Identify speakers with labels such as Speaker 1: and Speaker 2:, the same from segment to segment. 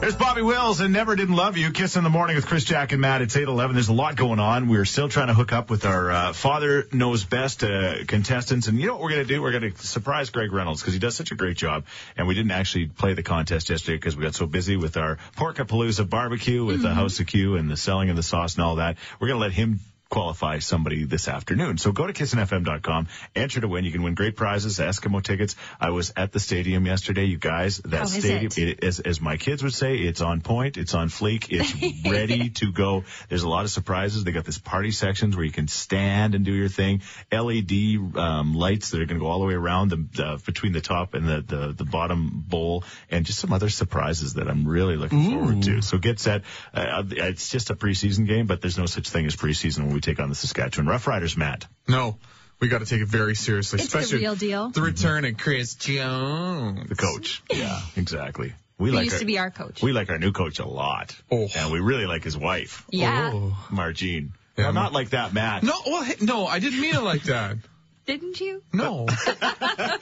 Speaker 1: There's Bobby Wills and Never Didn't Love You. Kiss in the morning with Chris Jack and Matt. It's 8:11. There's a lot going on. We're still trying to hook up with our uh, Father Knows Best uh, contestants. And you know what we're going to do? We're going to surprise Greg Reynolds because he does such a great job. And we didn't actually play the contest yesterday because we got so busy with our Porkapalooza barbecue with
Speaker 2: Mm-hmm.
Speaker 1: the House of Q and the selling of the sauce and all that. We're going to let him qualify somebody this afternoon. So go to kissinfm.com, enter to win. You can win great prizes, Eskimo tickets. I was at the stadium yesterday, you guys. That
Speaker 2: How is
Speaker 1: stadium,
Speaker 2: it?
Speaker 1: it, as, as my kids would say, it's on point, it's on fleek, it's ready to go. There's a lot of surprises. They got this party sections where you can stand and do your thing. LED um, lights that are going to go all the way around the uh, between the top and the, the the bottom bowl, and just some other surprises that I'm really looking forward to. So get set. Uh, it's just a preseason game, but there's no such thing as preseason when we take on the Saskatchewan Roughriders. Matt.
Speaker 3: No, we got to take it very seriously.
Speaker 2: It's the
Speaker 3: especially
Speaker 2: real deal.
Speaker 3: The return of Chris Jones.
Speaker 1: the coach. Yeah, exactly. We
Speaker 2: He
Speaker 1: like
Speaker 2: used
Speaker 1: our,
Speaker 2: to be our coach.
Speaker 1: we like our new coach a lot,
Speaker 3: Oh.
Speaker 1: and we really like his wife,
Speaker 2: yeah.
Speaker 3: Oh.
Speaker 1: Margene.
Speaker 3: Yeah,
Speaker 1: well,
Speaker 3: Ma-
Speaker 1: not like that, Matt.
Speaker 3: No, well, hey, no, I didn't mean it like that.
Speaker 2: Didn't you?
Speaker 3: No. no.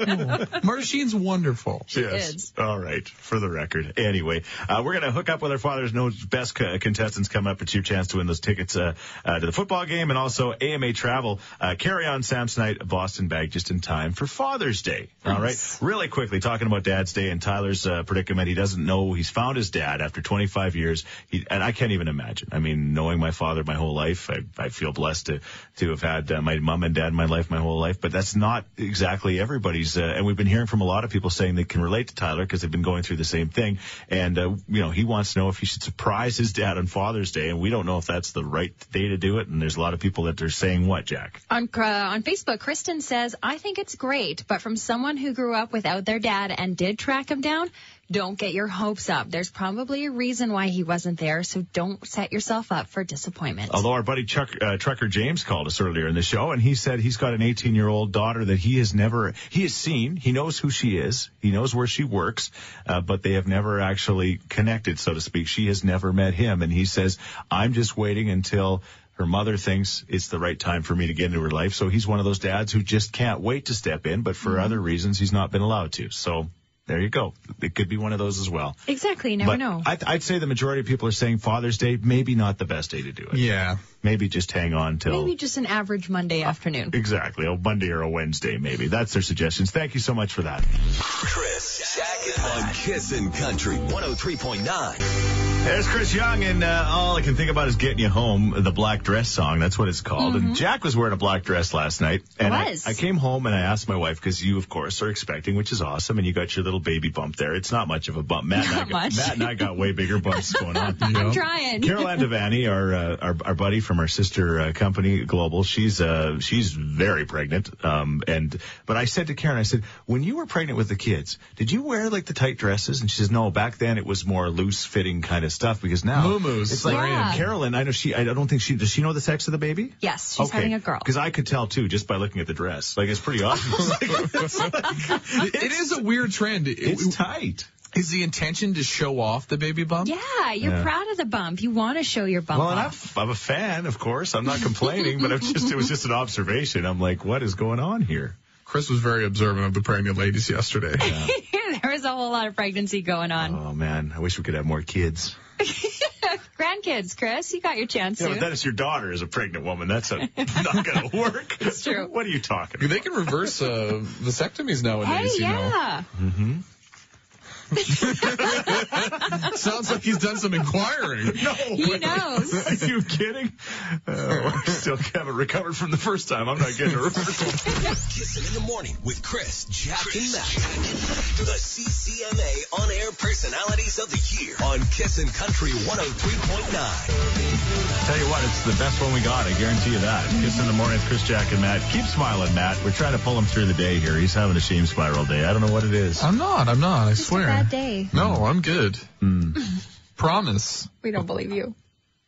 Speaker 3: Martine's wonderful.
Speaker 1: Yes.
Speaker 2: is.
Speaker 1: All right. For the record. Anyway, uh, we're going to hook up with our Father's Knows Best co- contestants coming up. It's your chance to win those tickets uh, uh, to the football game and also AMA travel. Uh, carry on Samsonite Boston bag just in time for Father's Day. All right. Really quickly, talking about Dad's Day and Tyler's uh, predicament. He doesn't know he's found his dad after 25 years. He, and I can't even imagine. I mean, knowing my father my whole life, I, I feel blessed to, to have had uh, my mom and dad in my life my whole life, but that's not exactly everybody's. Uh, and we've been hearing from a lot of people saying they can relate to Tyler because they've been going through the same thing. And, uh, you know, he wants to know if he should surprise his dad on Father's Day. And we don't know if that's the right day to do it. And there's a lot of people that are saying what, Jack?
Speaker 2: On uh, on Facebook, Kristen says, "I think it's great, but from someone who grew up without their dad and did track him down, don't get your hopes up. There's probably a reason why he wasn't there, so don't set yourself up for disappointment."
Speaker 1: Although our buddy Chuck, uh, Trucker James called us earlier in the show, and he said he's got an 18 year old daughter that he has never, he has seen, he knows who she is, he knows where she works, uh, but they have never actually connected, so to speak. She has never met him, and he says, I'm just waiting until her mother thinks it's the right time for me to get into her life. So he's one of those dads who just can't wait to step in, but
Speaker 2: Mm-hmm.
Speaker 1: for other reasons, he's not been allowed to. So there you go. It could be one of those as well.
Speaker 2: exactly. You never
Speaker 1: but
Speaker 2: know.
Speaker 1: I'd, I'd say the majority of people are saying Father's Day, maybe not the best day to do it
Speaker 3: Yeah.
Speaker 1: maybe just hang on till
Speaker 2: Maybe just an average Monday afternoon.
Speaker 1: exactly a Monday or a Wednesday. Maybe that's their suggestions. Thank you so much for that.
Speaker 4: Chris, Jack, and Matt. on Kissin' Country 103.9.
Speaker 1: There's Chris Young, and uh, all I can think about is getting you home. The black dress song. That's what it's called. And Jack was wearing a black dress last night. And I,
Speaker 2: Mm-hmm. was.
Speaker 1: I came home and I asked my wife because you, of course, are expecting, which is awesome. And you got your little baby bump there. It's not much of a bump. Matt, and I,
Speaker 2: Not
Speaker 1: got,
Speaker 2: much.
Speaker 1: Matt and I got way bigger bumps going on.
Speaker 2: I'm trying.
Speaker 1: Caroline Devaney, our, uh, our our buddy from our sister uh, company Global, she's uh, she's very pregnant. Um, and but I said to Karen, I said, when you were pregnant with the kids, did you wear like the tight dresses? And she says, no. Back then, it was more loose fitting kind of stuff because now
Speaker 3: Muumuus.
Speaker 1: It's like
Speaker 2: Yeah.
Speaker 1: Carolyn. I know she. I don't think she does. She know the sex of the baby.
Speaker 2: Yes, she's having a girl.
Speaker 1: Because I could tell too just by looking at the dress. Like it's pretty obvious.
Speaker 3: It, it is a weird trend. It-
Speaker 1: it's tight.
Speaker 3: is the intention to show off the baby bump?
Speaker 2: Yeah, you're
Speaker 1: Yeah.
Speaker 2: proud of the bump. You want to show your bump.
Speaker 1: Well, and I'm,
Speaker 2: off.
Speaker 1: I'm a fan, of course. I'm not complaining, but I'm just it was just an observation. I'm like, what is going on here?
Speaker 3: Chris was very observant of the pregnant ladies yesterday.
Speaker 2: there was a whole lot of pregnancy going on.
Speaker 1: Oh man, I wish we could have more kids.
Speaker 2: Grandkids, Chris, you got your chance
Speaker 1: Yeah,
Speaker 2: soon.
Speaker 1: but that is your daughter is a pregnant woman. That's a, not going to work. That's
Speaker 2: true.
Speaker 1: What are you talking about?
Speaker 3: They can reverse uh, vasectomies
Speaker 2: hey,
Speaker 3: nowadays, you know.
Speaker 2: yeah.
Speaker 3: Sounds like he's done some inquiring.
Speaker 1: No.
Speaker 2: He knows.
Speaker 1: Are you kidding? Oh, I still haven't recovered from the first time. I'm not getting a reversal.
Speaker 4: Kissin' in the morning with Chris, Jack, and Matt. The CCMA On Air Personalities of the Year on Kissin' Country 103.9.
Speaker 1: Tell you what, it's the best one we got. I guarantee you that. Kiss in the morning with Chris, Jack, and Matt. Keep smiling, Matt. We're trying to pull him through the day here. He's having a shame spiral day. I don't know what it is.
Speaker 3: I'm not. I'm not. I
Speaker 2: It's a
Speaker 3: swear.
Speaker 2: bad day.
Speaker 3: No, I'm good.
Speaker 1: Hmm.
Speaker 3: Promise.
Speaker 2: We don't believe you.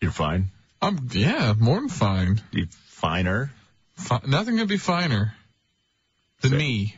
Speaker 1: You're fine.
Speaker 3: I'm yeah, more than fine.
Speaker 1: You finer.
Speaker 3: Fi- nothing could be finer than me.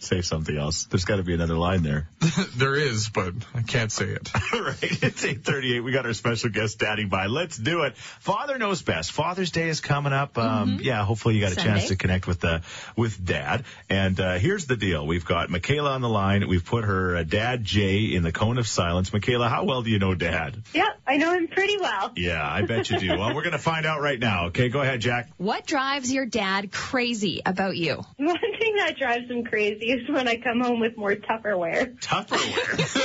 Speaker 1: Say something else. There's got to be another line there.
Speaker 3: there is, but I can't say it.
Speaker 1: All right, it's 8:38. We got our special guest daddy by. Let's do it. Father knows best. Father's Day is coming up. Um, Yeah, hopefully you got a chance
Speaker 2: Sunday.
Speaker 1: to connect with uh, with dad. And uh, here's the deal: we've got Michaela on the line. We've put her uh, dad Jay in the cone of silence. Michaela, how well do you know dad?
Speaker 5: Yep, I know him pretty well.
Speaker 1: Yeah, I bet you do. well, we're gonna find out right now. Okay, go ahead, Jack.
Speaker 2: What drives your dad crazy about you?
Speaker 5: One thing that drives him crazy is when I come home with more Tupperware.
Speaker 1: Tupperware.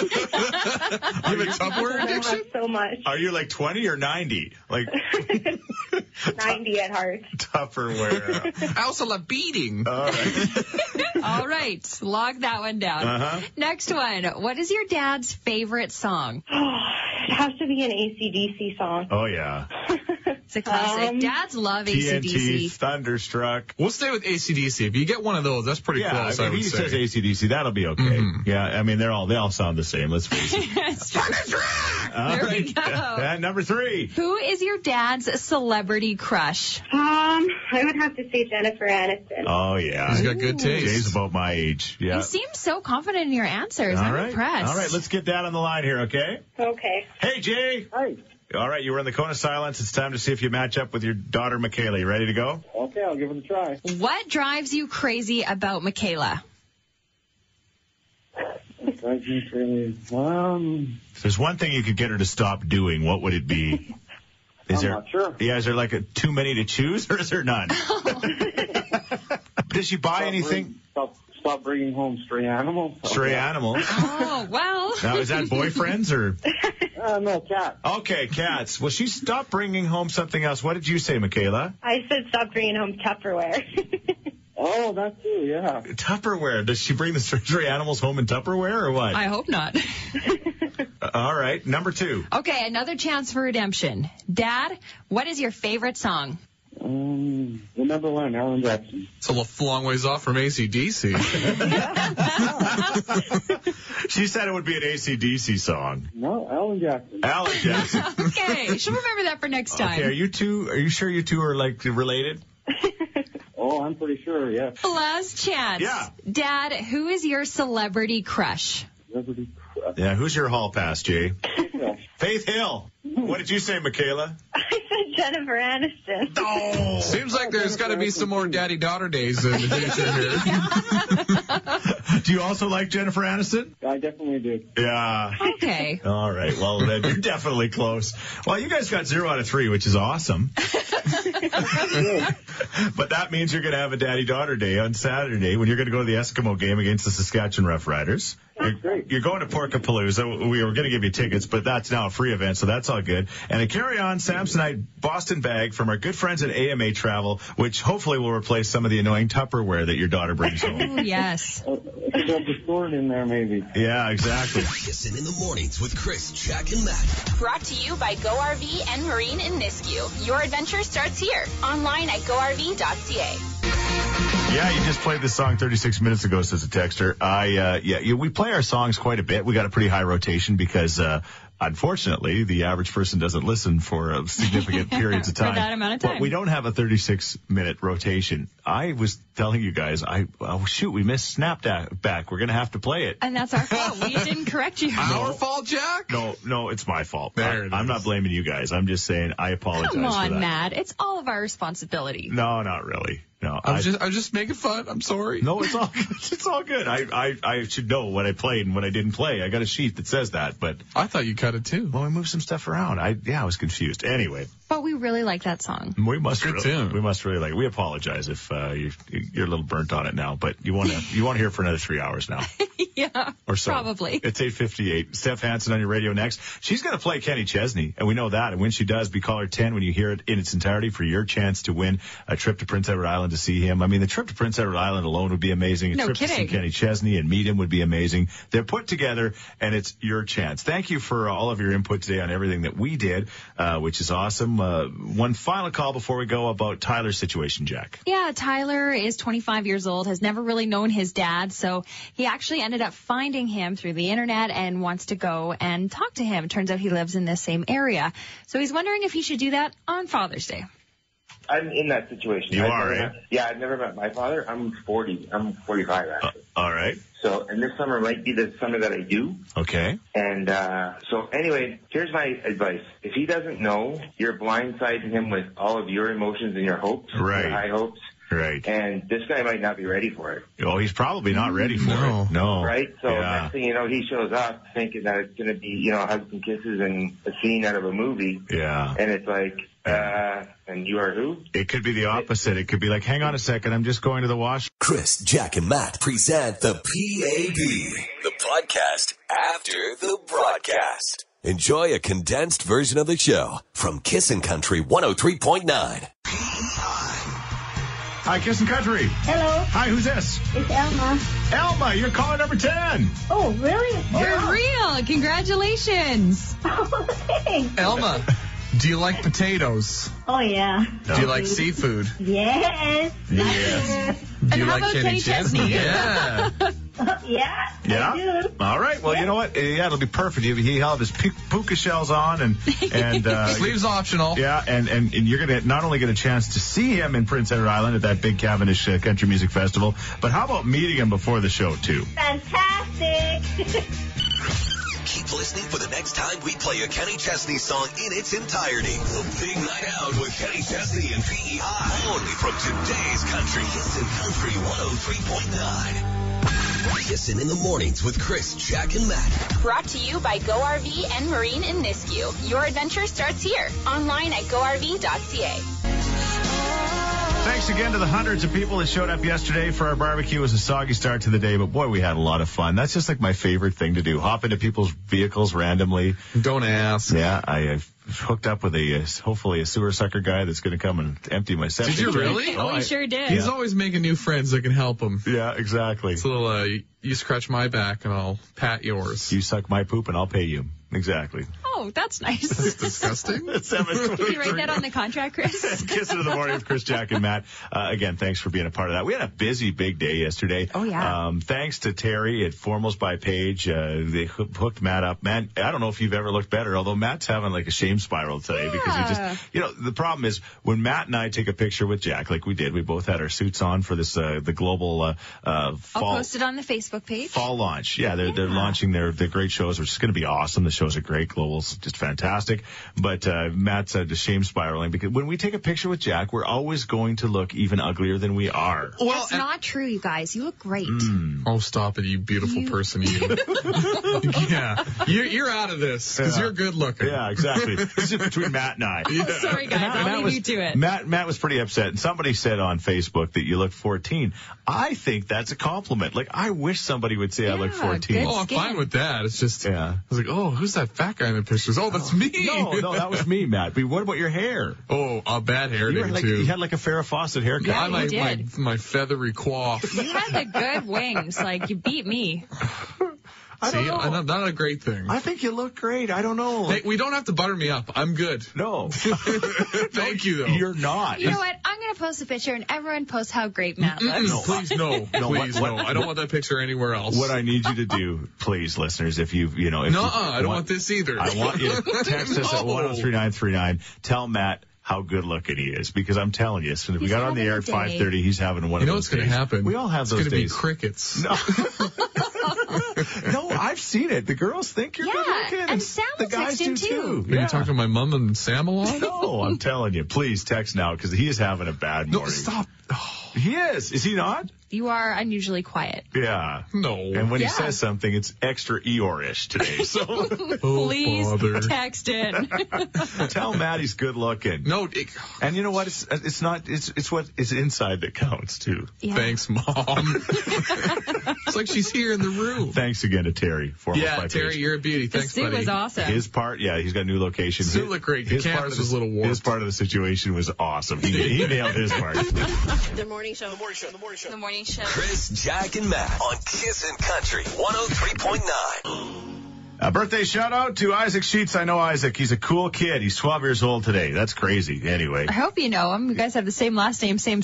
Speaker 3: You have a Tupperware
Speaker 5: I
Speaker 3: addiction?
Speaker 5: have so much.
Speaker 1: Are you like 20 or 90? Like
Speaker 5: 90 at heart.
Speaker 1: Tupperware.
Speaker 3: I also love beating.
Speaker 1: All right.
Speaker 2: All right, log that one down.
Speaker 1: Uh-huh.
Speaker 2: Next one. What is your dad's favorite song?
Speaker 5: it has to be an ACDC song.
Speaker 1: Oh yeah.
Speaker 2: It's a classic.
Speaker 5: Um,
Speaker 2: Dads love
Speaker 1: TNT,
Speaker 2: ACDC.
Speaker 1: Thunderstruck.
Speaker 3: We'll stay with ACDC. If you get one of those, that's pretty
Speaker 1: Yeah,
Speaker 3: close,
Speaker 1: I
Speaker 3: I,
Speaker 1: mean,
Speaker 3: would
Speaker 1: he
Speaker 3: say. Mm-hmm.
Speaker 1: says ACDC. That'll be okay. Yeah, I mean, they're all they all sound the same. Let's face it. All
Speaker 2: There we
Speaker 1: right.
Speaker 2: go.
Speaker 1: Uh, number three.
Speaker 2: Who is your dad's celebrity crush?
Speaker 5: Um, I would have to say Jennifer Aniston.
Speaker 1: Oh yeah,
Speaker 3: He's got good taste.
Speaker 1: Jay's about my age. Yeah.
Speaker 2: You seem so confident in your answers.
Speaker 1: all
Speaker 2: I'm
Speaker 1: right.
Speaker 2: impressed.
Speaker 1: All right. Let's get that on the line here, okay?
Speaker 5: Okay.
Speaker 1: Hey, Jay.
Speaker 6: Hi.
Speaker 1: All right. You were in the cone of silence. It's time to see if you match up with your daughter, Michaela. You ready to go?
Speaker 6: Okay, I'll give it a try.
Speaker 2: What drives you crazy about Michaela?
Speaker 6: Um,
Speaker 1: If there's one thing you could get her to stop doing, what would it be? Is
Speaker 6: I'm
Speaker 1: there?
Speaker 6: not sure.
Speaker 1: Yeah. Is there like a, too many to choose, or is there none? Does she buy
Speaker 6: stop
Speaker 1: anything?
Speaker 6: Bring, stop, stop bringing home stray animals.
Speaker 1: Stray
Speaker 6: Okay.
Speaker 1: animals.
Speaker 2: Oh, well.
Speaker 1: Now, is that boyfriends or?
Speaker 6: Uh, no, cat.
Speaker 1: Okay, cats. Well, she stopped bringing home something else. What did you say, Michaela?
Speaker 5: I said stop bringing home Tupperware.
Speaker 6: Oh, that too, yeah.
Speaker 1: Tupperware. Does she bring the stray animals home in Tupperware or what?
Speaker 2: I hope not.
Speaker 1: Uh, All right, number two.
Speaker 2: Okay, another chance for redemption. Dad, what is your favorite song?
Speaker 6: Um, the number one, Alan Jackson.
Speaker 3: It's a lo- long ways off from ACDC.
Speaker 1: She said it would be an ACDC song.
Speaker 6: No, Alan Jackson.
Speaker 1: Alan Jackson.
Speaker 2: Okay, she'll remember that for next time.
Speaker 1: okay, are you two? Are you sure you two are like related?
Speaker 6: Oh, I'm pretty sure, yeah.
Speaker 2: Last chance.
Speaker 1: Yeah.
Speaker 2: Dad, who is your celebrity crush?
Speaker 6: Liberty Crest.
Speaker 1: Yeah. Who's your hall pass, Jay? Faith Hill. What did you say, Michaela?
Speaker 5: I said Jennifer Aniston.
Speaker 1: Oh.
Speaker 3: Seems like there's got to be some more daddy daughter days in the future here.
Speaker 1: Do you also like Jennifer Aniston?
Speaker 6: I definitely do.
Speaker 1: Yeah.
Speaker 2: Okay.
Speaker 1: All right. Well, then you're definitely close. Well, you guys got zero out of three, which is awesome. but that means you're going to have a daddy daughter day on Saturday when you're going to go to the Eskimo game against the Saskatchewan Rough Riders. You're,
Speaker 6: great.
Speaker 1: you're going to Porkapalooza. We were going to give you tickets, but that's now a free event, so that's all good. And a carry on Samsonite Boston bag from our good friends at AMA Travel, which hopefully will replace some of the annoying Tupperware that your daughter brings home.
Speaker 2: Ooh, yes.
Speaker 6: Oh, I should have the sword in there, maybe.
Speaker 1: yeah, exactly.
Speaker 4: Kissing in the mornings with Chris, Jack, and Matt.
Speaker 7: Brought to you by Go RV and Marine in Nisku. Your adventure starts here. Online at GoRV.ca.
Speaker 1: Yeah, you just played this song 36 minutes ago, says a texter. I, uh, yeah, yeah, we play our songs quite a bit. We got a pretty high rotation because, uh, unfortunately, the average person doesn't listen for uh, significant periods of
Speaker 2: For
Speaker 1: time.
Speaker 2: that amount of
Speaker 1: But
Speaker 2: time.
Speaker 1: we don't have a 36 minute rotation. I was telling you guys, I, oh shoot, we missed Snapback. We're going to have to play it.
Speaker 2: And that's our fault. We didn't correct you.
Speaker 3: Our fault, Jack?
Speaker 1: No, no, it's my fault.
Speaker 3: There it
Speaker 1: I, am
Speaker 3: is.
Speaker 1: not blaming you guys. I'm just saying I apologize
Speaker 2: Come
Speaker 1: for that.
Speaker 2: on, Matt. It's all of our responsibility.
Speaker 1: No, not really. No,
Speaker 3: I was just, I was just making fun. I'm sorry.
Speaker 1: No, it's all good. It's all good. I, I, I should know what I played and what I didn't play. I got a sheet that says that, but
Speaker 3: I thought you cut it too.
Speaker 1: well, I moved some stuff around. I yeah, I was confused. Anyway,
Speaker 2: But we really like that song.
Speaker 1: we must
Speaker 3: Good
Speaker 1: really,
Speaker 3: tune.
Speaker 1: we must really like. We apologize if uh, you, you're a little burnt on it now, but you want to you want to hear it for another three hours now
Speaker 2: Yeah.
Speaker 1: or so.
Speaker 2: Probably.
Speaker 1: It's 8:58. Steph Hansen on your radio next. She's going to play Kenny Chesney, and we know that. And when she does, be caller 10 when you hear it in its entirety for your chance to win a trip to Prince Edward Island to see him. I mean, the trip to Prince Edward Island alone would be amazing. A
Speaker 2: No
Speaker 1: trip to see
Speaker 2: kidding.
Speaker 1: Kenny Chesney and meet him would be amazing. They're put together, and it's your chance. Thank you for uh, all of your input today on everything that we did, uh, which is awesome. Uh, one final call before we go about Tyler's situation, Jack.
Speaker 2: Yeah, Tyler is 25 years old, has never really known his dad, so he actually ended up finding him through the internet and wants to go and talk to him. Turns out he lives in this same area. So he's wondering if he should do that on Father's Day.
Speaker 8: I'm in that situation.
Speaker 1: You
Speaker 8: I've
Speaker 1: are, eh?
Speaker 8: never
Speaker 1: right?
Speaker 8: met- yeah, I've never met my father. I'm 40. I'm 45
Speaker 1: Uh,
Speaker 8: actually.
Speaker 1: all right.
Speaker 8: So, and this summer might be the summer that I do.
Speaker 1: Okay.
Speaker 8: And uh, so, anyway, here's my advice. If he doesn't know, you're blindsiding him with all of your emotions and your hopes,
Speaker 1: Right.
Speaker 8: your high hopes,
Speaker 1: Right.
Speaker 8: and this guy might not be ready for it,
Speaker 1: Oh, he's probably not ready for
Speaker 3: No.
Speaker 1: it. No.
Speaker 8: right? So
Speaker 1: Oh, yeah.
Speaker 8: next thing you know, he shows up thinking that it's going to be, you know, hugs and kisses and a scene out of a movie,
Speaker 1: Yeah.
Speaker 8: and it's like, uh, and you are who?
Speaker 1: It could be the opposite. It could be like, hang on a second, I'm just going to the washroom.
Speaker 4: Chris, Jack, and Matt present the PAB, the podcast after the broadcast. Enjoy a condensed version of the show from Kissin' Country 103.9.
Speaker 1: Hi, Kiss and Country.
Speaker 5: Hello,
Speaker 1: Hi, who's this?
Speaker 5: it's Elma.
Speaker 1: Elma, you're caller number 10.
Speaker 5: Oh, really?
Speaker 2: You're real. Congratulations.
Speaker 5: Oh, thanks.
Speaker 3: Elma, do you like potatoes?
Speaker 5: Oh, yeah.
Speaker 3: Do you like seafood?
Speaker 5: Yes.
Speaker 1: Yes.
Speaker 3: Do you
Speaker 2: how
Speaker 3: like
Speaker 2: about Kenny Chesney?
Speaker 3: Yeah.
Speaker 5: yeah. I
Speaker 1: Yeah.
Speaker 5: do.
Speaker 1: All right. Well, you know what? Yeah, it'll be perfect. He- He'll have his pu- puka shells on and, and, uh,
Speaker 3: Sleeves optional.
Speaker 1: Yeah, and, and, and you're going to not only get a chance to see him in Prince Edward Island at that big Cavendish uh, Country Music Festival, but how about meeting him before the show, too?
Speaker 5: Fantastic.
Speaker 4: Keep listening for the next time we play a Kenny Chesney song in its entirety. The Big Night Out with Kenny Chesney and PEI. Only from today's country. Kissin' Country 103.9. Kissin' in the mornings with Chris, Jack, and Matt.
Speaker 7: Brought to you by Go RV and Marine in Nisku. Your adventure starts here. Online at GoRV.ca.
Speaker 1: Thanks again to the hundreds of people that showed up yesterday for our barbecue. It was a soggy start to the day, but boy, we had a lot of fun. That's just like my favorite thing to do. Hop into people's vehicles randomly.
Speaker 3: Don't ask.
Speaker 1: Yeah, I uh, hooked up with a, uh, hopefully a sewer sucker guy that's going to come and empty my septic.
Speaker 3: Did you
Speaker 1: tank.
Speaker 3: really?
Speaker 2: Oh, we sure did.
Speaker 3: He's always making new friends that can help him.
Speaker 1: Yeah, exactly.
Speaker 3: It's a little, uh, you scratch my back and I'll pat yours.
Speaker 1: You suck my poop and I'll pay you. Exactly.
Speaker 2: Oh, that's nice.
Speaker 3: Disgusting.
Speaker 1: It's seven
Speaker 2: Can you write that on the contract, Chris?
Speaker 1: Kissing in the morning with Chris, Jack, and Matt. Uh, again, thanks for being a part of that. We had a busy, big day yesterday.
Speaker 2: Oh, yeah.
Speaker 1: Um, thanks to Terry at Formals by Page. Uh, they hoo- hooked Matt up. Matt, I don't know if you've ever looked better, although Matt's having like a shame spiral today because he just, you know, the problem is when Matt and I take a picture with Jack, like we did, we both had our suits on for this, uh, the global, uh, uh,
Speaker 2: I'll
Speaker 1: fall.
Speaker 2: post it on the Facebook page.
Speaker 1: Fall launch. Yeah, they're, they're launching their, their great shows, which is going to be awesome. The shows are great. Global's just fantastic. But, uh, Matt's uh, just shame spiraling because when we take a picture with Jack, we're always going to look even uglier than we are.
Speaker 3: Well,
Speaker 2: That's
Speaker 3: and-
Speaker 2: not true, you guys. You look great.
Speaker 3: oh, stop it, you beautiful
Speaker 2: You-
Speaker 3: person. You. yeah. You're, you're out of this because
Speaker 1: Yeah.
Speaker 3: you're good looking.
Speaker 1: Yeah, exactly. this is between Matt and I.
Speaker 2: Oh, sorry, guys. I'll leave
Speaker 1: was,
Speaker 2: you to it.
Speaker 1: Matt, Matt was pretty upset. And somebody said on Facebook that you look 14. I think that's a compliment. Like, I wish somebody would say I look
Speaker 2: Yeah,
Speaker 1: 14.
Speaker 2: good
Speaker 3: Oh, I'm
Speaker 2: skin.
Speaker 3: fine with that. It's just,
Speaker 1: Yeah.
Speaker 3: I was like, oh, who's that fat guy in the pictures? Oh, that's me.
Speaker 1: No, no, that was me, Matt. But what about your hair?
Speaker 3: Oh, a bad hair
Speaker 1: You,
Speaker 3: day
Speaker 1: were like,
Speaker 3: too.
Speaker 1: you had like a Farrah Fawcett haircut.
Speaker 2: Yeah,
Speaker 3: I like
Speaker 2: you
Speaker 3: my,
Speaker 2: did.
Speaker 3: my feathery coif.
Speaker 2: You had the good wings. Like, you beat me.
Speaker 1: I don't
Speaker 3: See,
Speaker 1: know.
Speaker 3: I know, not a great thing.
Speaker 1: I think you look great. I don't know.
Speaker 3: Hey, we don't have to butter me up. I'm good.
Speaker 1: no,
Speaker 3: Thank you, though.
Speaker 1: you're not.
Speaker 2: You know what? I'm going to post a picture and everyone post how great Matt looks.
Speaker 3: Mm, please no,
Speaker 1: No, what-
Speaker 3: please no. I don't want that picture anywhere else.
Speaker 1: What I need you to do, please, listeners, if you you know, if
Speaker 3: no,
Speaker 1: you
Speaker 3: I don't want this either.
Speaker 1: I want you to text us at
Speaker 3: No.
Speaker 1: 103939. Tell Matt how good looking he is because I'm telling you, as soon as we
Speaker 2: He's
Speaker 1: got on the
Speaker 2: having
Speaker 1: air
Speaker 2: a
Speaker 1: at
Speaker 2: day.
Speaker 1: 5:30, he's having one
Speaker 3: You
Speaker 1: of
Speaker 3: know
Speaker 1: those
Speaker 3: what's going to
Speaker 1: days.
Speaker 3: happen?
Speaker 1: We all have
Speaker 3: it's
Speaker 1: those
Speaker 3: gonna
Speaker 1: days.
Speaker 3: be crickets.
Speaker 1: no. no, I've seen it. The girls think you're
Speaker 2: Yeah,
Speaker 1: good looking.
Speaker 2: and Sam
Speaker 1: the
Speaker 2: will
Speaker 1: guys
Speaker 2: text him
Speaker 1: do
Speaker 2: too.
Speaker 1: too.
Speaker 3: Are you talking to my mom and Sam a lot?
Speaker 1: no, I'm telling you, please text now because he is having a bad
Speaker 3: No,
Speaker 1: morning.
Speaker 3: stop. Oh,
Speaker 1: He is. Is he not?
Speaker 2: You are unusually quiet.
Speaker 1: Yeah.
Speaker 3: No.
Speaker 1: And when
Speaker 2: Yeah.
Speaker 1: he says something, it's extra Eeyore-ish today. So
Speaker 3: Oh,
Speaker 2: Please
Speaker 3: bother.
Speaker 2: text it.
Speaker 1: tell Matt he's good looking.
Speaker 3: No, it-
Speaker 1: And you know what? It's, it's not. It's it's what is inside that counts too.
Speaker 2: Yeah.
Speaker 3: thanks, mom. it's like she's here in the room.
Speaker 1: Thanks again to Terry for
Speaker 3: yeah,
Speaker 1: my
Speaker 3: Terry,
Speaker 1: page.
Speaker 3: you're a beauty.
Speaker 2: The
Speaker 3: Thanks,
Speaker 2: suit
Speaker 3: buddy.
Speaker 2: was awesome.
Speaker 1: His part, yeah, he's got a new location.
Speaker 3: Suit
Speaker 1: His-
Speaker 3: looked great. The
Speaker 1: his part
Speaker 3: canvas
Speaker 1: of the-
Speaker 3: was a little warped.
Speaker 1: His part of the situation was awesome. He, he nailed his part.
Speaker 9: The morning show. The morning show. The morning show.
Speaker 7: The morning show.
Speaker 4: oh Chris, Jack, and Matt on Kissin' Country 103.9.
Speaker 1: A birthday shout out to Isaac Sheets. I know Isaac. He's a cool kid. He's 12 years old today. That's crazy. Anyway.
Speaker 2: I hope you know him. You guys have the same last name, same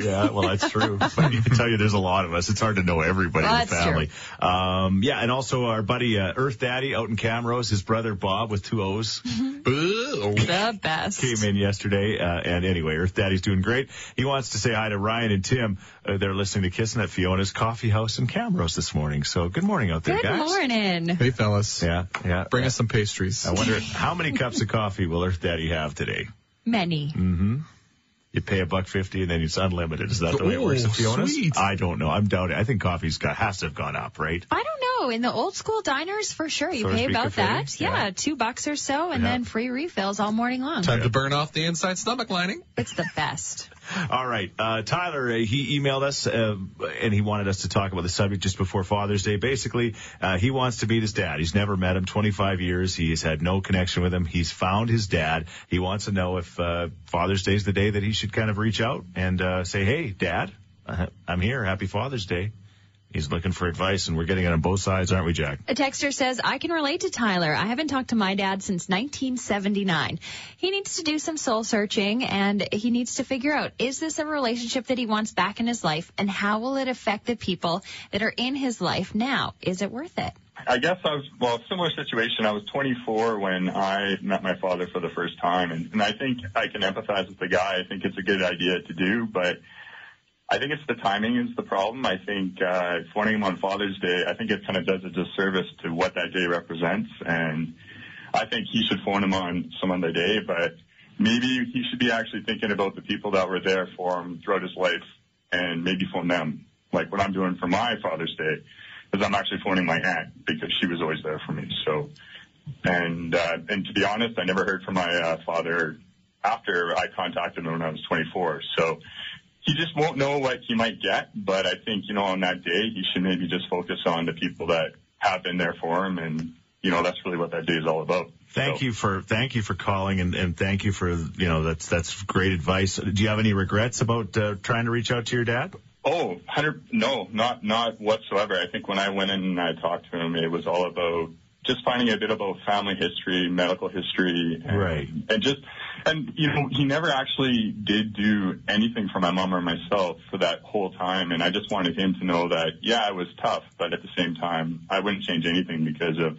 Speaker 1: Yeah, well, that's true. but you can tell you there's a lot of us. It's hard to know everybody
Speaker 2: Well,
Speaker 1: in the
Speaker 2: that's true.
Speaker 1: family. Um, yeah, and also our buddy uh, Earth Daddy out in Camrose, his brother Bob with two O's.
Speaker 3: Ooh.
Speaker 2: the best.
Speaker 1: came in yesterday. Uh, and anyway, Earth Daddy's doing great. He wants to say hi to Ryan and Tim. Uh, they're listening to Kissing at Fiona's Coffee House in Camrose this morning. So good morning out there,
Speaker 2: Good
Speaker 1: guys.
Speaker 2: morning.
Speaker 3: Hey, fellas.
Speaker 1: Yeah, yeah.
Speaker 3: Bring us some pastries.
Speaker 1: I wonder how many cups of coffee will Earth Daddy have today?
Speaker 2: Many.
Speaker 1: You pay a buck fifty and then it's unlimited. Is that the way it
Speaker 3: Ooh,
Speaker 1: works at Fiona's?
Speaker 3: sweet.
Speaker 1: I don't know. I'm doubting. I think coffee's got has to have gone up, right?
Speaker 2: I don't know. In the old school diners, for sure, you
Speaker 1: So to
Speaker 2: pay
Speaker 1: speak, a
Speaker 2: about
Speaker 1: fare,
Speaker 2: that. Yeah,
Speaker 1: yeah.
Speaker 2: two bucks or so, and
Speaker 1: Yeah.
Speaker 2: then free refills all morning long.
Speaker 3: Time to burn off the inside stomach lining.
Speaker 2: It's the best.
Speaker 1: All right, uh, Tyler. Uh, he emailed us uh, and he wanted us to talk about the subject just before Father's Day. Basically, uh, he wants to meet his dad. He's never met him. 25 years. He's had no connection with him. He's found his dad. He wants to know if uh, Father's Day is the day that he should kind of reach out and uh, say, "Hey, Dad, uh, I'm here. Happy Father's Day." He's looking for advice, and we're getting it on both sides, aren't we, Jack?
Speaker 2: A texter says, I can relate to Tyler. I haven't talked to my dad since 1979. He needs to do some soul searching and he needs to figure out, is this a relationship that he wants back in his life and how will it affect the people that are in his life now? Is it worth it?
Speaker 10: I guess I was, well, similar situation. I was 24 when I met my father for the first time. And, and I think I can empathize with the guy. I think it's a good idea to do, but I think it's the timing is the problem. I think, uh, wanting him on Father's Day, I think it kind of does a disservice to what that day represents. And I think he should phone him on some other day, but maybe he should be actually thinking about the people that were there for him throughout his life and maybe phone them, like what I'm doing for my Father's Day because I'm actually phoning my aunt because she was always there for me. So, and uh, and to be honest, I never heard from my uh, father after I contacted him when I was 24. So he just won't know what he might get. But I think you know on that day he should maybe just focus on the people that have been there for him, and you know that's really what that day is all about.
Speaker 1: Thank
Speaker 10: So-
Speaker 1: you for thank you for calling and, and thank you for you know that's that's great advice. Do you have any regrets about uh, trying to reach out to your dad?
Speaker 10: Oh, 100, no, not, not whatsoever. I think when I went in and I talked to him, it was all about just finding a bit about family history, medical history. And,
Speaker 1: Right.
Speaker 10: And just, and you know, he never actually did do anything for my mom or myself for that whole time. And I just wanted him to know that, yeah, it was tough, but at the same time, I wouldn't change anything because of,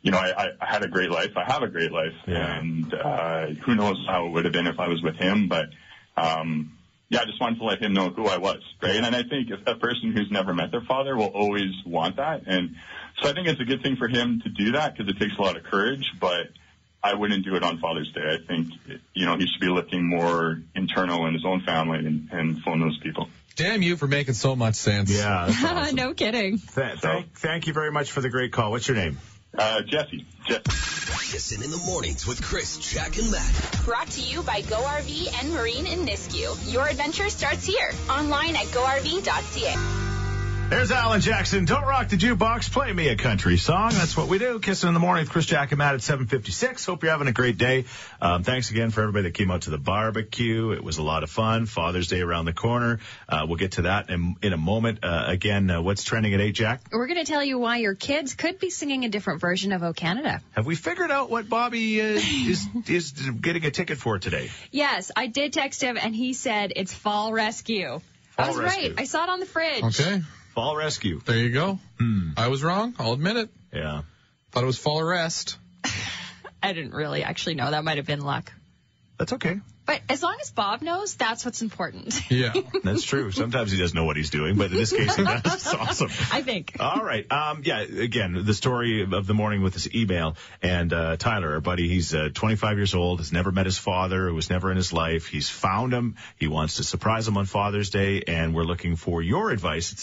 Speaker 10: you know, I, I- I had a great life. I have a great life.
Speaker 1: Yeah.
Speaker 10: And, uh, who knows how it would have been if I was with him, but, um, yeah, I just wanted to let him know who I was, right? And I think if a person who's never met their father will always want that. And so I think it's a good thing for him to do that because it takes a lot of courage, but I wouldn't do it on Father's Day. I think, you know, he should be looking more internal in his own family and, and phone those people.
Speaker 3: Damn you for making so much sense.
Speaker 1: Yeah. That's awesome.
Speaker 2: no kidding.
Speaker 1: Th- thank, thank you very much for the great call. What's your name?
Speaker 10: Uh, Jesse, Jesse.
Speaker 4: Kissing in the mornings with Chris, Jack, and Matt.
Speaker 7: Brought to you by Go RV and Marine in Nisku. Your adventure starts here. Online at GoRV.ca.
Speaker 1: There's Alan Jackson. Don't rock the jukebox. Play me a country song. That's what we do. Kissing in the morning with Chris Jack and Matt at 7:56. Hope you're having a great day. Um, thanks again for everybody that came out to the barbecue. It was a lot of fun. Father's Day around the corner. Uh, we'll get to that in, in a moment. Uh, again, uh, what's trending at eight, Jack?
Speaker 2: We're going to tell you why your kids could be singing a different version of O Canada.
Speaker 1: Have we figured out what Bobby uh, is is getting a ticket for today?
Speaker 2: Yes, I did text him and he said it's Fall Rescue. I
Speaker 1: Fall
Speaker 2: was
Speaker 1: Rescue.
Speaker 2: right. I saw it on the fridge.
Speaker 3: Okay.
Speaker 1: Fall rescue.
Speaker 3: There you go.
Speaker 1: Hmm.
Speaker 3: I was wrong. I'll admit it.
Speaker 1: Yeah.
Speaker 3: Thought it was fall arrest.
Speaker 2: I didn't really actually know. That might have been luck.
Speaker 1: That's okay.
Speaker 2: But as long as Bob knows, that's what's important.
Speaker 3: Yeah.
Speaker 1: That's true. Sometimes he doesn't know what he's doing, but in this case, he does. It's awesome.
Speaker 2: I think.
Speaker 1: All right. Um, yeah. Again, the story of the morning with this email and uh, Tyler, our buddy. He's uh, 25 years old. Has never met his father. Was never in his life. He's found him. He wants to surprise him on Father's Day, and we're looking for your advice at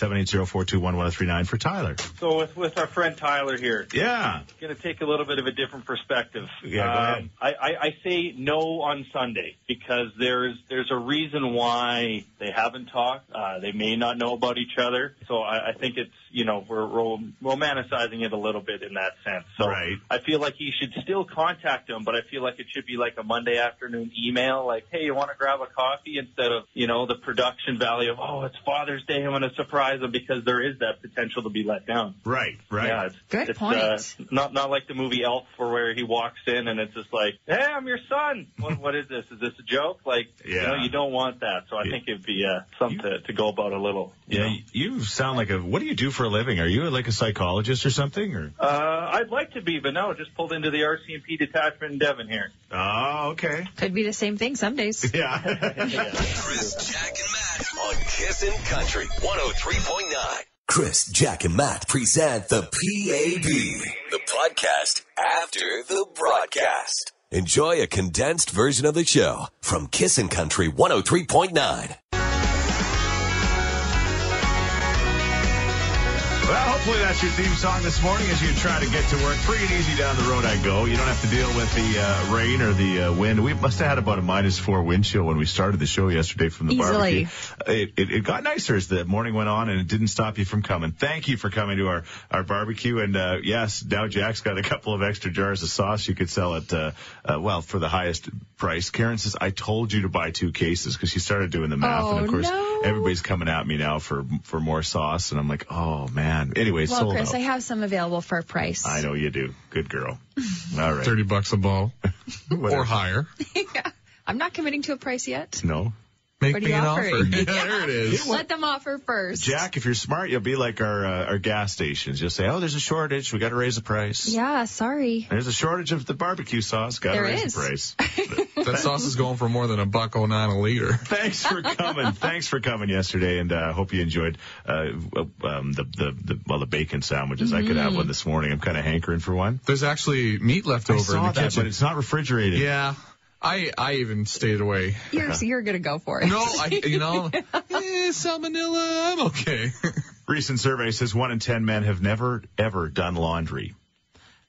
Speaker 1: 780-421-1039 for Tyler.
Speaker 11: So with with our friend Tyler here,
Speaker 1: Yeah.
Speaker 11: Um, going to take a little bit of a different perspective.
Speaker 1: Yeah, go ahead.
Speaker 11: I, I I say no on Sunday. because there's there's a reason why they haven't talked. Uh, they may not know about each other. So I, I think it's you know we're ro- romanticizing it a little bit in that sense. So
Speaker 1: Right.
Speaker 11: I feel like he should still contact him, but I feel like it should be like a Monday afternoon email, like, hey, you want to grab a coffee instead of, you know, the production value of, oh, it's Father's Day, I'm going to surprise him because there is that potential to be let down.
Speaker 1: Right, right.
Speaker 11: Yeah, it's,
Speaker 2: Good
Speaker 11: it's,
Speaker 2: point.
Speaker 11: Uh, not not like the movie Elf, or where he walks in and it's just like, "Hey, I'm your son." What, what is this? Is this a joke? Like, you know,
Speaker 1: Yeah.
Speaker 11: you don't want that. So I think it'd be uh, something to, to go about a little.
Speaker 1: Yeah, y- you sound like a. What do you do for a living? Are you like a psychologist or something? Or
Speaker 11: Uh, I'd like to be, but no, just pulled into the RCMP detachment in Devon here.
Speaker 1: oh, okay.
Speaker 2: Could be the same thing some days.
Speaker 1: Yeah.
Speaker 4: Chris, Jack, and Matt on Kissin' Country 103.9. Chris, Jack, and Matt present the PAB, the podcast after the broadcast. Enjoy a condensed version of the show from Kissin' Country 103.9.
Speaker 1: Well, hopefully that's your theme song this morning as you try to get to work. Free and easy down the road I go. You don't have to deal with the uh, rain or the uh, wind. We must have had about a minus four wind chill when we started the show yesterday from the
Speaker 2: Easily.
Speaker 1: barbecue. It, it, it got nicer as the morning went on and it didn't stop you from coming. Thank you for coming to our, our barbecue. And uh, yes, now Jack's got a couple of extra jars of sauce you could sell at, uh, uh, well, for the highest price. Karen says, I told you to buy two cases because she started doing the math. and of
Speaker 2: Oh,
Speaker 1: course,
Speaker 2: no.
Speaker 1: everybody's coming at me now for for more sauce, and I'm like, oh man. Anyway, it's
Speaker 2: well,
Speaker 1: sold
Speaker 2: Chris,
Speaker 1: out.
Speaker 2: I have some available for a price.
Speaker 1: I know you do. Good girl. All right.
Speaker 3: 30 bucks a bottle
Speaker 1: Whatever.
Speaker 3: or higher.
Speaker 2: I'm not committing to a price yet.
Speaker 1: No.
Speaker 3: Make
Speaker 2: What are
Speaker 3: me
Speaker 2: you
Speaker 3: an offer.
Speaker 2: offering?
Speaker 3: Yeah, there it is.
Speaker 2: Let them offer first.
Speaker 1: Jack, if you're smart, you'll be like our uh, our gas stations. You'll say, oh, there's a shortage. We got to raise the price.
Speaker 2: Yeah, sorry.
Speaker 1: There's a shortage of the barbecue sauce. Got to
Speaker 2: There
Speaker 1: raise
Speaker 2: is.
Speaker 1: the price.
Speaker 3: That sauce is going for more than a buck oh nine a liter.
Speaker 1: Thanks for coming. Thanks for coming yesterday, and uh, I hope you enjoyed uh, um, the, the the well the bacon sandwiches. I could
Speaker 2: Mm-hmm.
Speaker 1: have one this morning. I'm kind of hankering for one.
Speaker 3: There's actually meat left
Speaker 1: I
Speaker 3: over
Speaker 1: saw
Speaker 3: in the
Speaker 1: that,
Speaker 3: kitchen.
Speaker 1: but it's not refrigerated.
Speaker 3: yeah. I I even stayed away.
Speaker 2: You're you're gonna go for it.
Speaker 3: No, I you know, eh, salmonella, I'm okay.
Speaker 1: Recent survey says one in 10 men have never, ever done laundry.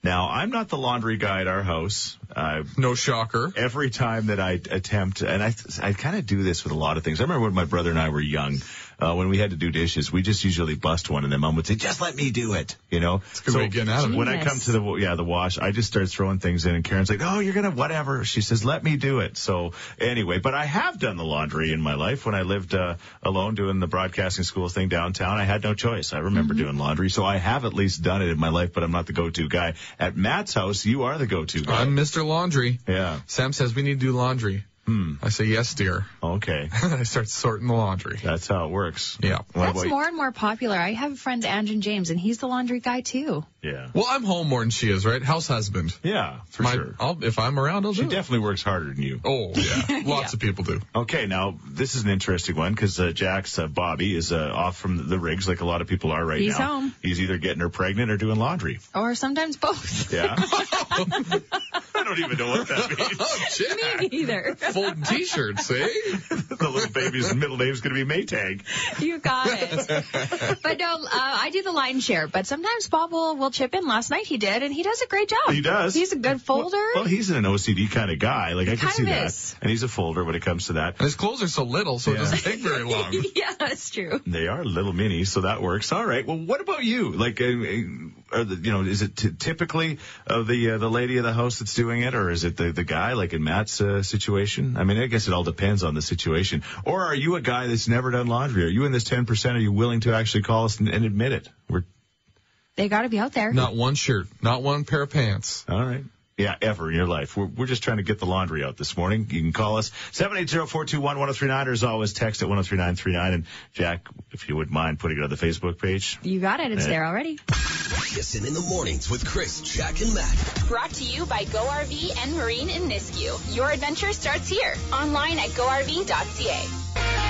Speaker 1: Now, I'm not the laundry guy at our house. Uh,
Speaker 3: No shocker.
Speaker 1: every time that I attempt, and I, I kind of do this with a lot of things. I remember when my brother and I were young, uh, when we had to do dishes, we just usually bust one, and then mom would say, "Just let me do it," you know.
Speaker 3: good way of getting out of it.
Speaker 1: when I come to the wa- yeah the wash, I just start throwing things in, and Karen's like, "Oh, you're gonna whatever." She says, "Let me do it." So anyway, but I have done the laundry in my life when I lived uh, alone doing the broadcasting school thing downtown. I had no choice. I remember doing laundry, so I have at least done it in my life, but I'm not the go-to guy. At Matt's house, you are the go-to guy.
Speaker 3: I'm Mr. Laundry.
Speaker 1: yeah.
Speaker 3: Sam says we need to do laundry. Hmm. I say yes, dear.
Speaker 1: Okay.
Speaker 3: I start sorting the laundry.
Speaker 1: That's how it works.
Speaker 3: Yeah.
Speaker 1: What
Speaker 2: That's
Speaker 1: about-
Speaker 2: more and more popular. I have a friend, Anjan James, and he's the laundry guy too.
Speaker 1: Yeah.
Speaker 3: Well, I'm home more than she is, right? House husband.
Speaker 1: Yeah, for
Speaker 3: My-
Speaker 1: sure.
Speaker 3: I'll, if I'm around, I'll
Speaker 1: She
Speaker 3: do it.
Speaker 1: definitely works harder than you.
Speaker 3: Oh, yeah. Lots of people do.
Speaker 1: Okay, now this is an interesting one because uh, Jack's uh, Bobby is uh, off from the rigs like a lot of people are right
Speaker 2: He's
Speaker 1: now.
Speaker 2: home.
Speaker 1: He's either getting her pregnant or doing laundry.
Speaker 2: Or sometimes both.
Speaker 1: Yeah. I don't even know what that means.
Speaker 3: Oh, Jack.
Speaker 2: Me neither.
Speaker 3: Folding t-shirts, eh?
Speaker 1: the little baby's middle name's going to be Maytag.
Speaker 2: You got it. but no, uh, I do the line share. But sometimes Bob will, will chip in. Last night he did, and he does a great job.
Speaker 1: He does.
Speaker 2: He's a good folder.
Speaker 1: Well, he's an OCD kind of guy. Like I can
Speaker 2: Kind
Speaker 1: see
Speaker 2: of
Speaker 1: that,
Speaker 2: is.
Speaker 1: and he's a folder when it comes to that.
Speaker 3: And his clothes are so little, so
Speaker 1: Yeah.
Speaker 3: it doesn't take very long.
Speaker 2: yeah, that's true.
Speaker 1: They are little minis, so that works. All right. Well, what about you? Like, uh, uh, are the, you know, is it t- typically uh, the uh, the lady of the house that's doing it, or is it the the guy? Like in Matt's uh, situation, I mean, I guess it all depends on the situation. Or are you a guy that's never done laundry? Are you in this ten percent? Are you willing to actually call us and, and admit it? We're
Speaker 2: They got to be out there.
Speaker 3: Not one shirt, not one pair of pants.
Speaker 1: all right. Yeah, ever in your life. We're, we're just trying to get the laundry out this morning. You can call us 780-421-1039 or as always text at 103939. And Jack, if you would mind putting it on the Facebook page,
Speaker 2: You got it. It's
Speaker 1: Yeah.
Speaker 2: there already.
Speaker 4: Kissin' in the mornings with Chris, Jack, and Matt.
Speaker 7: Brought to you by Go RV and Marine in Nisku. Your adventure starts here. Online at GoRV.ca.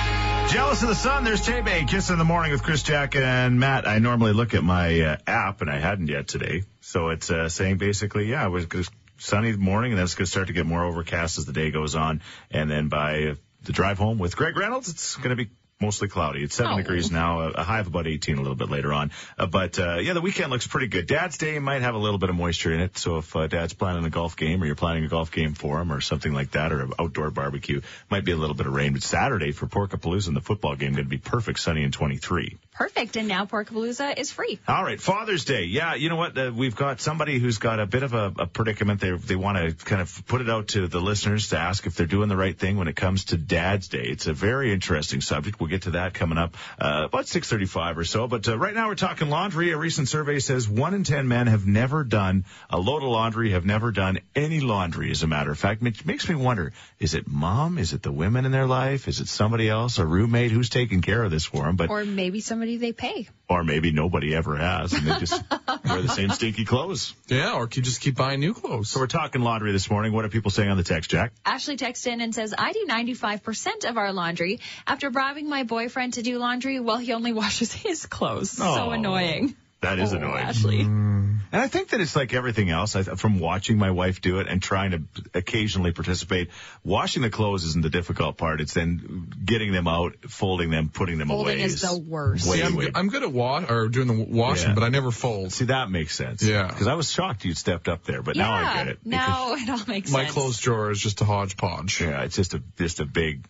Speaker 1: Jealous of the sun, there's Tay Bay. Kiss in the morning with Chris Jack and Matt. I normally look at my uh, app, and I hadn't yet today. So it's uh, saying basically, yeah, it was gonna- sunny morning, and then it's going to start to get more overcast as the day goes on. And then by the drive home with Greg Reynolds, it's going to be mostly cloudy. It's seven
Speaker 12: Oh.
Speaker 1: degrees now, a, a high of about 18 a little bit later on. Uh, but uh, yeah, the weekend looks pretty good. Dad's Day might have a little bit of moisture in it. So if uh, Dad's planning a golf game or you're planning a golf game for him or something like that or an outdoor barbecue, might be a little bit of rain. But Saturday for Porkapalooza and the football game, going to be perfect sunny and 23.
Speaker 2: Perfect. And now Porkapalooza is free.
Speaker 1: All right, Father's Day. Yeah, you know what? Uh, we've got somebody who's got a bit of a, a predicament. They they want to kind of put it out to the listeners to ask if they're doing the right thing when it comes to Dad's Day. It's a very interesting subject. We'll get to that coming up uh, about 6:35 or so. But uh, right now we're talking laundry. A recent survey says one in ten men have never done a load of laundry, have never done any laundry. As a matter of fact, which makes me wonder: is it mom? Is it the women in their life? Is it somebody else, a roommate who's taking care of this for them? But
Speaker 2: or maybe somebody they pay.
Speaker 1: or maybe nobody ever has, and they just wear the same stinky clothes. Yeah, or can just keep buying new clothes. So we're talking laundry this morning. What are people saying on the text, Jack?
Speaker 2: Ashley texts in and says, I do 95% of our laundry. After bribing my boyfriend to do laundry, well, he only washes his clothes.
Speaker 1: Oh.
Speaker 2: So annoying.
Speaker 1: That
Speaker 2: Oh,
Speaker 1: is annoying. Mm. Ashley. And I think that it's like everything else. I, from watching my wife do it and trying to occasionally participate, washing the clothes isn't the difficult part. It's then getting them out, folding them, putting them away. Way,
Speaker 3: See, I'm,
Speaker 1: way
Speaker 3: I'm good at wa- or doing the washing,
Speaker 1: Yeah.
Speaker 3: but I never fold.
Speaker 1: See, that makes sense.
Speaker 3: Yeah.
Speaker 1: Because I was shocked you'd stepped up there, but now I
Speaker 2: yeah,
Speaker 1: get it.
Speaker 2: Now it all makes
Speaker 3: My
Speaker 2: sense.
Speaker 3: clothes drawer is just a hodgepodge.
Speaker 1: Yeah, it's just a just a big.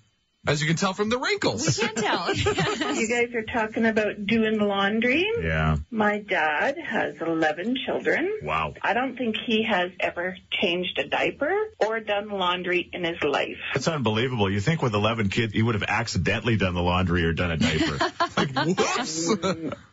Speaker 3: As you can tell from the wrinkles.
Speaker 2: We can tell.
Speaker 5: You guys are talking about doing laundry.
Speaker 1: Yeah.
Speaker 5: My dad has 11 children.
Speaker 1: Wow.
Speaker 5: I don't think he has ever changed a diaper or done laundry in his life.
Speaker 1: That's unbelievable. You think with 11 kids, you would have accidentally done the laundry or done a diaper.
Speaker 3: Whoops.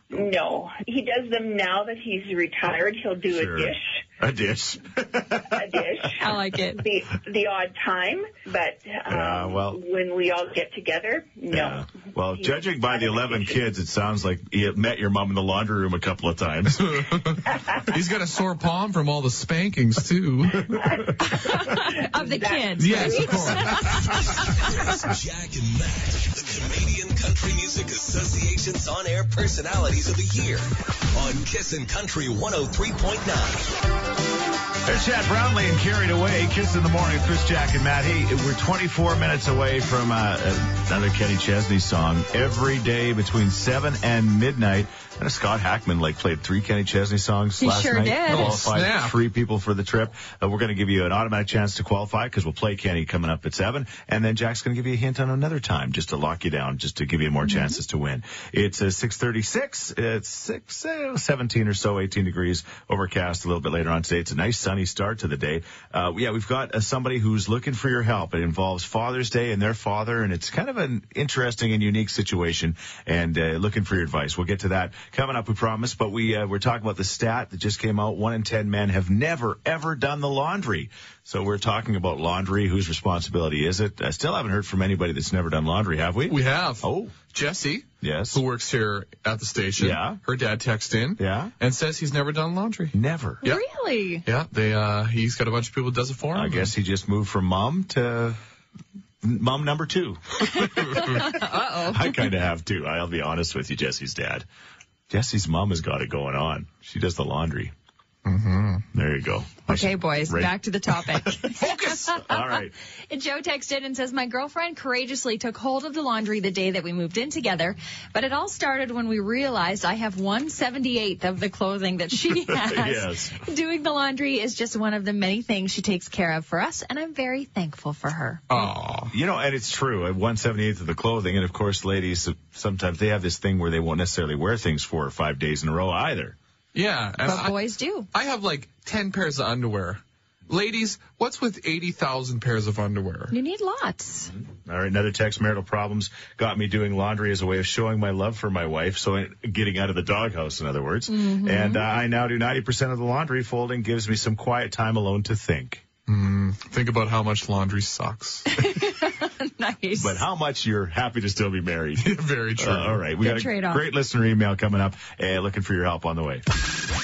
Speaker 5: No. He does them now that he's retired. He'll do
Speaker 1: Sure.
Speaker 5: a dish,
Speaker 1: a dish.
Speaker 5: a dish.
Speaker 2: I like it.
Speaker 5: The, the odd time, but um,
Speaker 1: Yeah, well-
Speaker 5: when we all get together, no.
Speaker 1: Yeah. Well, judging by the 11 kids, it sounds like you met your mom in the laundry room a couple of times.
Speaker 3: He's got a sore palm from all the spankings too.
Speaker 2: of the kids.
Speaker 3: Yes, of
Speaker 4: It's Jack and Matt, the Canadian Country Music Association's on air personalities of the year on Kissin' Country 103.9.
Speaker 1: There's Chad Brownlee and Carried Away. Kiss in the Morning with Chris, Jack, and Matt. Hey, we're 24 minutes away from uh, another Kenny Chesney song. Every day between 7 and midnight. And Scott Hackman like played three Kenny Chesney songs
Speaker 12: He
Speaker 1: last
Speaker 12: sure
Speaker 1: night.
Speaker 12: did.
Speaker 1: Qualified
Speaker 12: Oh, snap.
Speaker 1: three people for the trip. Uh, we're going to give you an automatic chance to qualify because we'll play Kenny coming up at 7. And then Jack's going to give you a hint on another time just to lock you down, just to give you more chances to win. It's uh, 636. It's 6, uh, 17 or so, 18 degrees overcast a little bit later on today. It's a nice sunny start to the day. Uh, yeah, we've got uh, somebody who's looking for your help. It involves Father's Day and their father, and it's kind of an interesting and unique situation and uh, looking for your advice. We'll get to that coming up, we promise. But we, uh, we're talking about the stat that just came out. One in 10 men have never, ever done the laundry. So we're talking about laundry. Whose responsibility is it? I still haven't heard from anybody that's never done laundry, have we?
Speaker 3: We have.
Speaker 1: Oh.
Speaker 3: Jesse.
Speaker 1: Yes.
Speaker 3: Who works here at the station.
Speaker 1: Yeah.
Speaker 3: Her dad texts in.
Speaker 1: Yeah.
Speaker 3: And says he's never done laundry.
Speaker 1: Never.
Speaker 3: Yeah.
Speaker 2: Really?
Speaker 3: Yeah. They uh he's got a bunch of people that does it for
Speaker 2: Mm-hmm.
Speaker 3: him.
Speaker 1: I guess he just moved from mom to mom number two.
Speaker 2: Uh-oh.
Speaker 1: I kind of have too. I'll be honest with you, Jesse's dad. Jesse's mom has got it going on. She does the laundry. Mm-hmm. There you go.
Speaker 2: Okay, boys,
Speaker 1: Right.
Speaker 2: back to the topic.
Speaker 3: Focus.
Speaker 1: All right.
Speaker 2: Joe texted and says, My girlfriend courageously took hold of the laundry the day that we moved in together, but it all started when we realized I have 178th of the clothing that she has.
Speaker 1: Yes.
Speaker 2: Doing the laundry is just one of the many things she takes care of for us, and I'm very thankful for her.
Speaker 1: Uh,
Speaker 3: Oh.
Speaker 1: You know, and it's true. At 178th of the clothing, and of course, ladies sometimes they have this thing where they won't necessarily wear things four or five days in a row either.
Speaker 3: Yeah. And
Speaker 2: But
Speaker 3: I,
Speaker 2: boys do.
Speaker 3: I have like ten pairs of underwear. Ladies, what's with eighty thousand pairs of underwear?
Speaker 2: You need lots.
Speaker 1: All right, another text. Marital problems got me doing laundry as a way of showing my love for my wife. So I- getting out of the doghouse, in other words.
Speaker 2: Mm-hmm.
Speaker 1: And uh, I now do 90% of the laundry. Folding gives me some quiet time alone to think.
Speaker 3: Mm, think about how much laundry sucks.
Speaker 2: nice.
Speaker 1: Mm-hmm. But how much you're happy to still be married.
Speaker 3: Very true.
Speaker 1: Uh, all right, we
Speaker 2: Good
Speaker 1: got a
Speaker 2: trade-off.
Speaker 1: great listener email coming up. Uh, looking for your help on the way.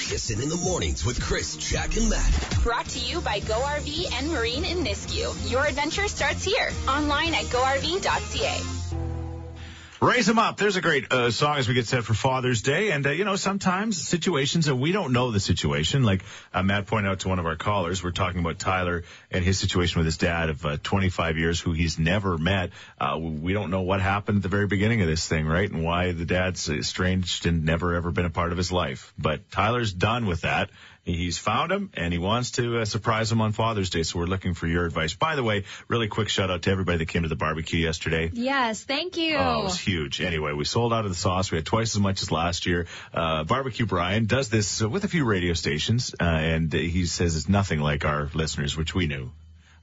Speaker 4: Kissin' in the Mornings with Chris, Jack, and Matt.
Speaker 7: Brought to you by Go RV and Marine in Nisku. Your adventure starts here. Online at GoRV.ca.
Speaker 1: Raise them up. There's a great uh, song as we get set for Father's Day. And, uh, you know, sometimes situations that we don't know the situation, like uh, Matt pointed out to one of our callers, we're talking about Tyler and his situation with his dad of uh, 25 years who he's never met. Uh, we don't know what happened at the very beginning of this thing, right? And why the dad's estranged and never ever been a part of his life. But Tyler's done with that. He's found him and he wants to uh, surprise him on Father's Day. So we're looking for your advice. By the way, really quick shout out to everybody that came to the barbecue yesterday.
Speaker 2: Yes, thank you.
Speaker 1: Oh, it was huge. Anyway, we sold out of the sauce. We had twice as much as last year. Uh, Barbecue Brian does this uh, with a few radio stations, uh, and he says it's nothing like our listeners, which we knew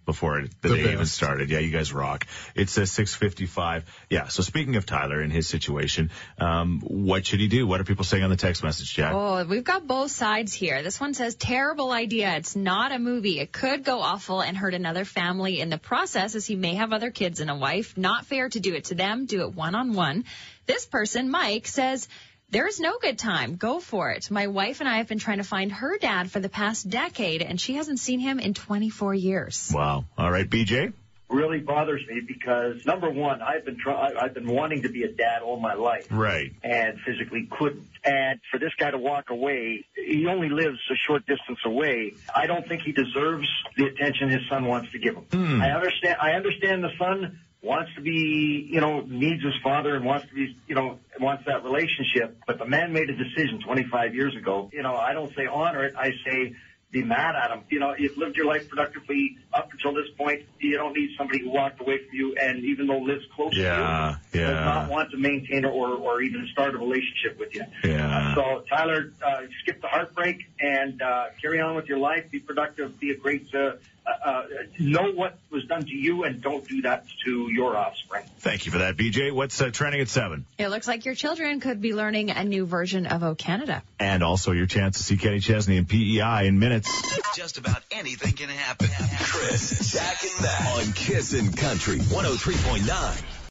Speaker 1: before it- the,
Speaker 3: The
Speaker 1: day even
Speaker 3: best.
Speaker 1: started. Yeah, you guys rock. It says 6:55. Yeah. So speaking of Tyler and his situation, um, what should he do? What are people saying on the text message, Jack?
Speaker 2: Oh, we've got both sides here. This one says terrible idea. It's not a movie. It could go awful and hurt another family in the process as he may have other kids and a wife. Not fair to do it to them. Do it one on one. This person, Mike, says there is no good time. Go for it. My wife and I have been trying to find her dad for the past decade and she hasn't seen him in 24 years.
Speaker 1: Wow. All right, BJ.
Speaker 12: really bothers me because number one, I've been try- I- I've been wanting to be a dad all my life
Speaker 1: Right.
Speaker 12: and physically couldn't. And for this guy to walk away, he only lives a short distance away. I don't think he deserves the attention his son wants to give him.
Speaker 13: Hmm.
Speaker 12: I understand. I understand the son wants to be, you know, needs his father and wants to be, you know, wants that relationship. But the man made a decision 25 years ago. You know, I don't say honor it. I say be mad at him. You know, you've lived your life productively up until this point. You don't need somebody who walked away from you and even though lives close
Speaker 1: Yeah.
Speaker 12: to you, does
Speaker 1: Yeah.
Speaker 12: not want to maintain or, or even start a relationship with you.
Speaker 1: Yeah.
Speaker 12: So Tyler, uh, skip the heartbreak and uh, carry on with your life. Be productive. Be a great. Uh, uh, uh, know what was done to you and don't do that to your offspring.
Speaker 1: Thank you for that, BJ. What's uh, trending at seven?
Speaker 2: It looks like your children could be learning a new version of O Canada.
Speaker 1: And also your chance to see Kenny Chesney in PEI in minutes.
Speaker 4: Just about oh anything can happen. Chris, Jack, and Matt on Kissin' Country 103.9.